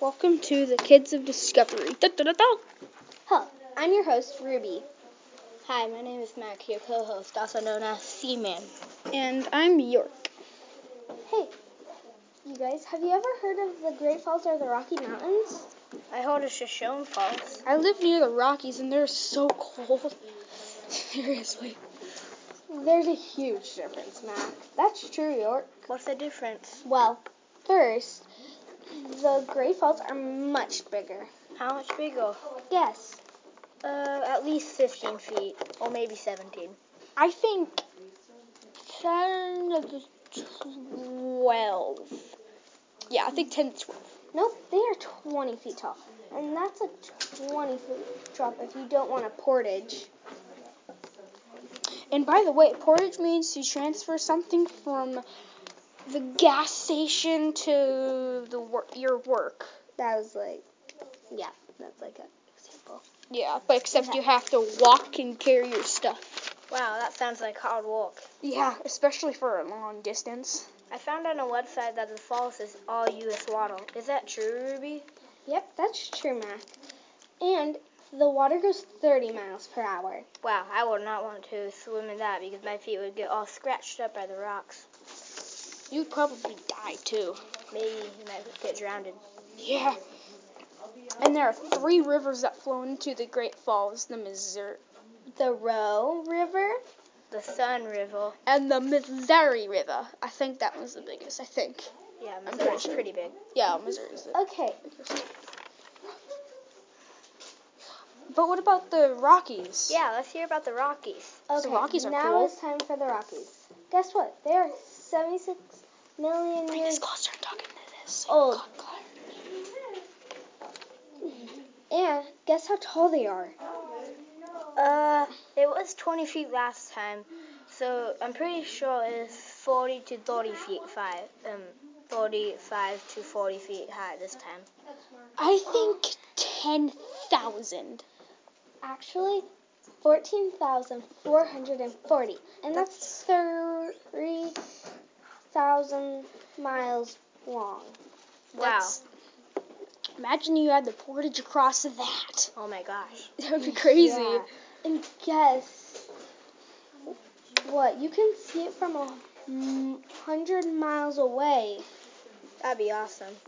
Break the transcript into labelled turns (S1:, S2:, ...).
S1: Welcome to the Kids of Discovery. Hello, I'm your host, Ruby. Hi, my name is Mac, your co host, also known as Seaman. And I'm York.
S2: Hey, you guys, have you ever heard of the Great Falls or the Rocky Mountains?
S3: I heard it's Shoshone Falls.
S1: I live near the Rockies and they're so cold. Seriously.
S2: There's a huge difference, Mac. That's true, York.
S3: What's the difference?
S2: Well, first, the Great Falls are much bigger.
S3: How much bigger?
S2: Yes,
S3: Uh, at least 15 feet, or maybe 17.
S1: I think 10 to 12. Yeah, I think 10 to 12.
S2: nope, they are 20 feet tall. And that's a 20 foot drop if you don't want a portage.
S1: And by the way, portage means to transfer something from the gas station to the wor- your work.
S2: That was like, yeah, that's like an example.
S1: Yeah, but except you have to walk and carry your stuff.
S3: Wow, that sounds like a hard walk.
S1: Yeah, especially for a long distance.
S3: I found on a website that the falls is all U.S. water. Is that true, Ruby?
S2: Yep, that's true, Mac. And the water goes 30 miles per hour.
S3: Wow, I would not want to swim in that because my feet would get all scratched up by the rocks.
S1: You'd probably die too.
S3: Maybe you might get drowned.
S1: Yeah. And there are three rivers that flow into the Great Falls the Missouri
S2: The Roe River,
S3: The Sun River.
S1: and the Missouri River. I think that one's the biggest, I think.
S3: Yeah, Missouri's
S1: sure.
S3: pretty big.
S1: Yeah, Missouri's the
S2: Okay,
S1: But what about the Rockies?
S3: Yeah, let's hear about the Rockies.
S2: okay.
S1: Rockies are
S2: now
S1: cool.
S2: it's time for the Rockies. Guess what? They are 76 million
S1: Bring this
S2: years
S1: closer and talk into this.
S3: Oh.
S2: old.
S1: God, God.
S2: And guess how tall they are?
S3: Uh, it was 20 feet last time, so I'm pretty sure it's 40 to 30 feet five, um, 45 to 40 feet high this time.
S1: I think 10,000.
S2: Actually, 14,440. And that's 3,000 miles long.
S3: Wow!
S1: That's- Imagine you had the portage across that.
S3: Oh my gosh!
S1: That would be crazy.
S2: Yeah. And guess what? You can see it from a m- hundred miles away.
S3: That'd be awesome.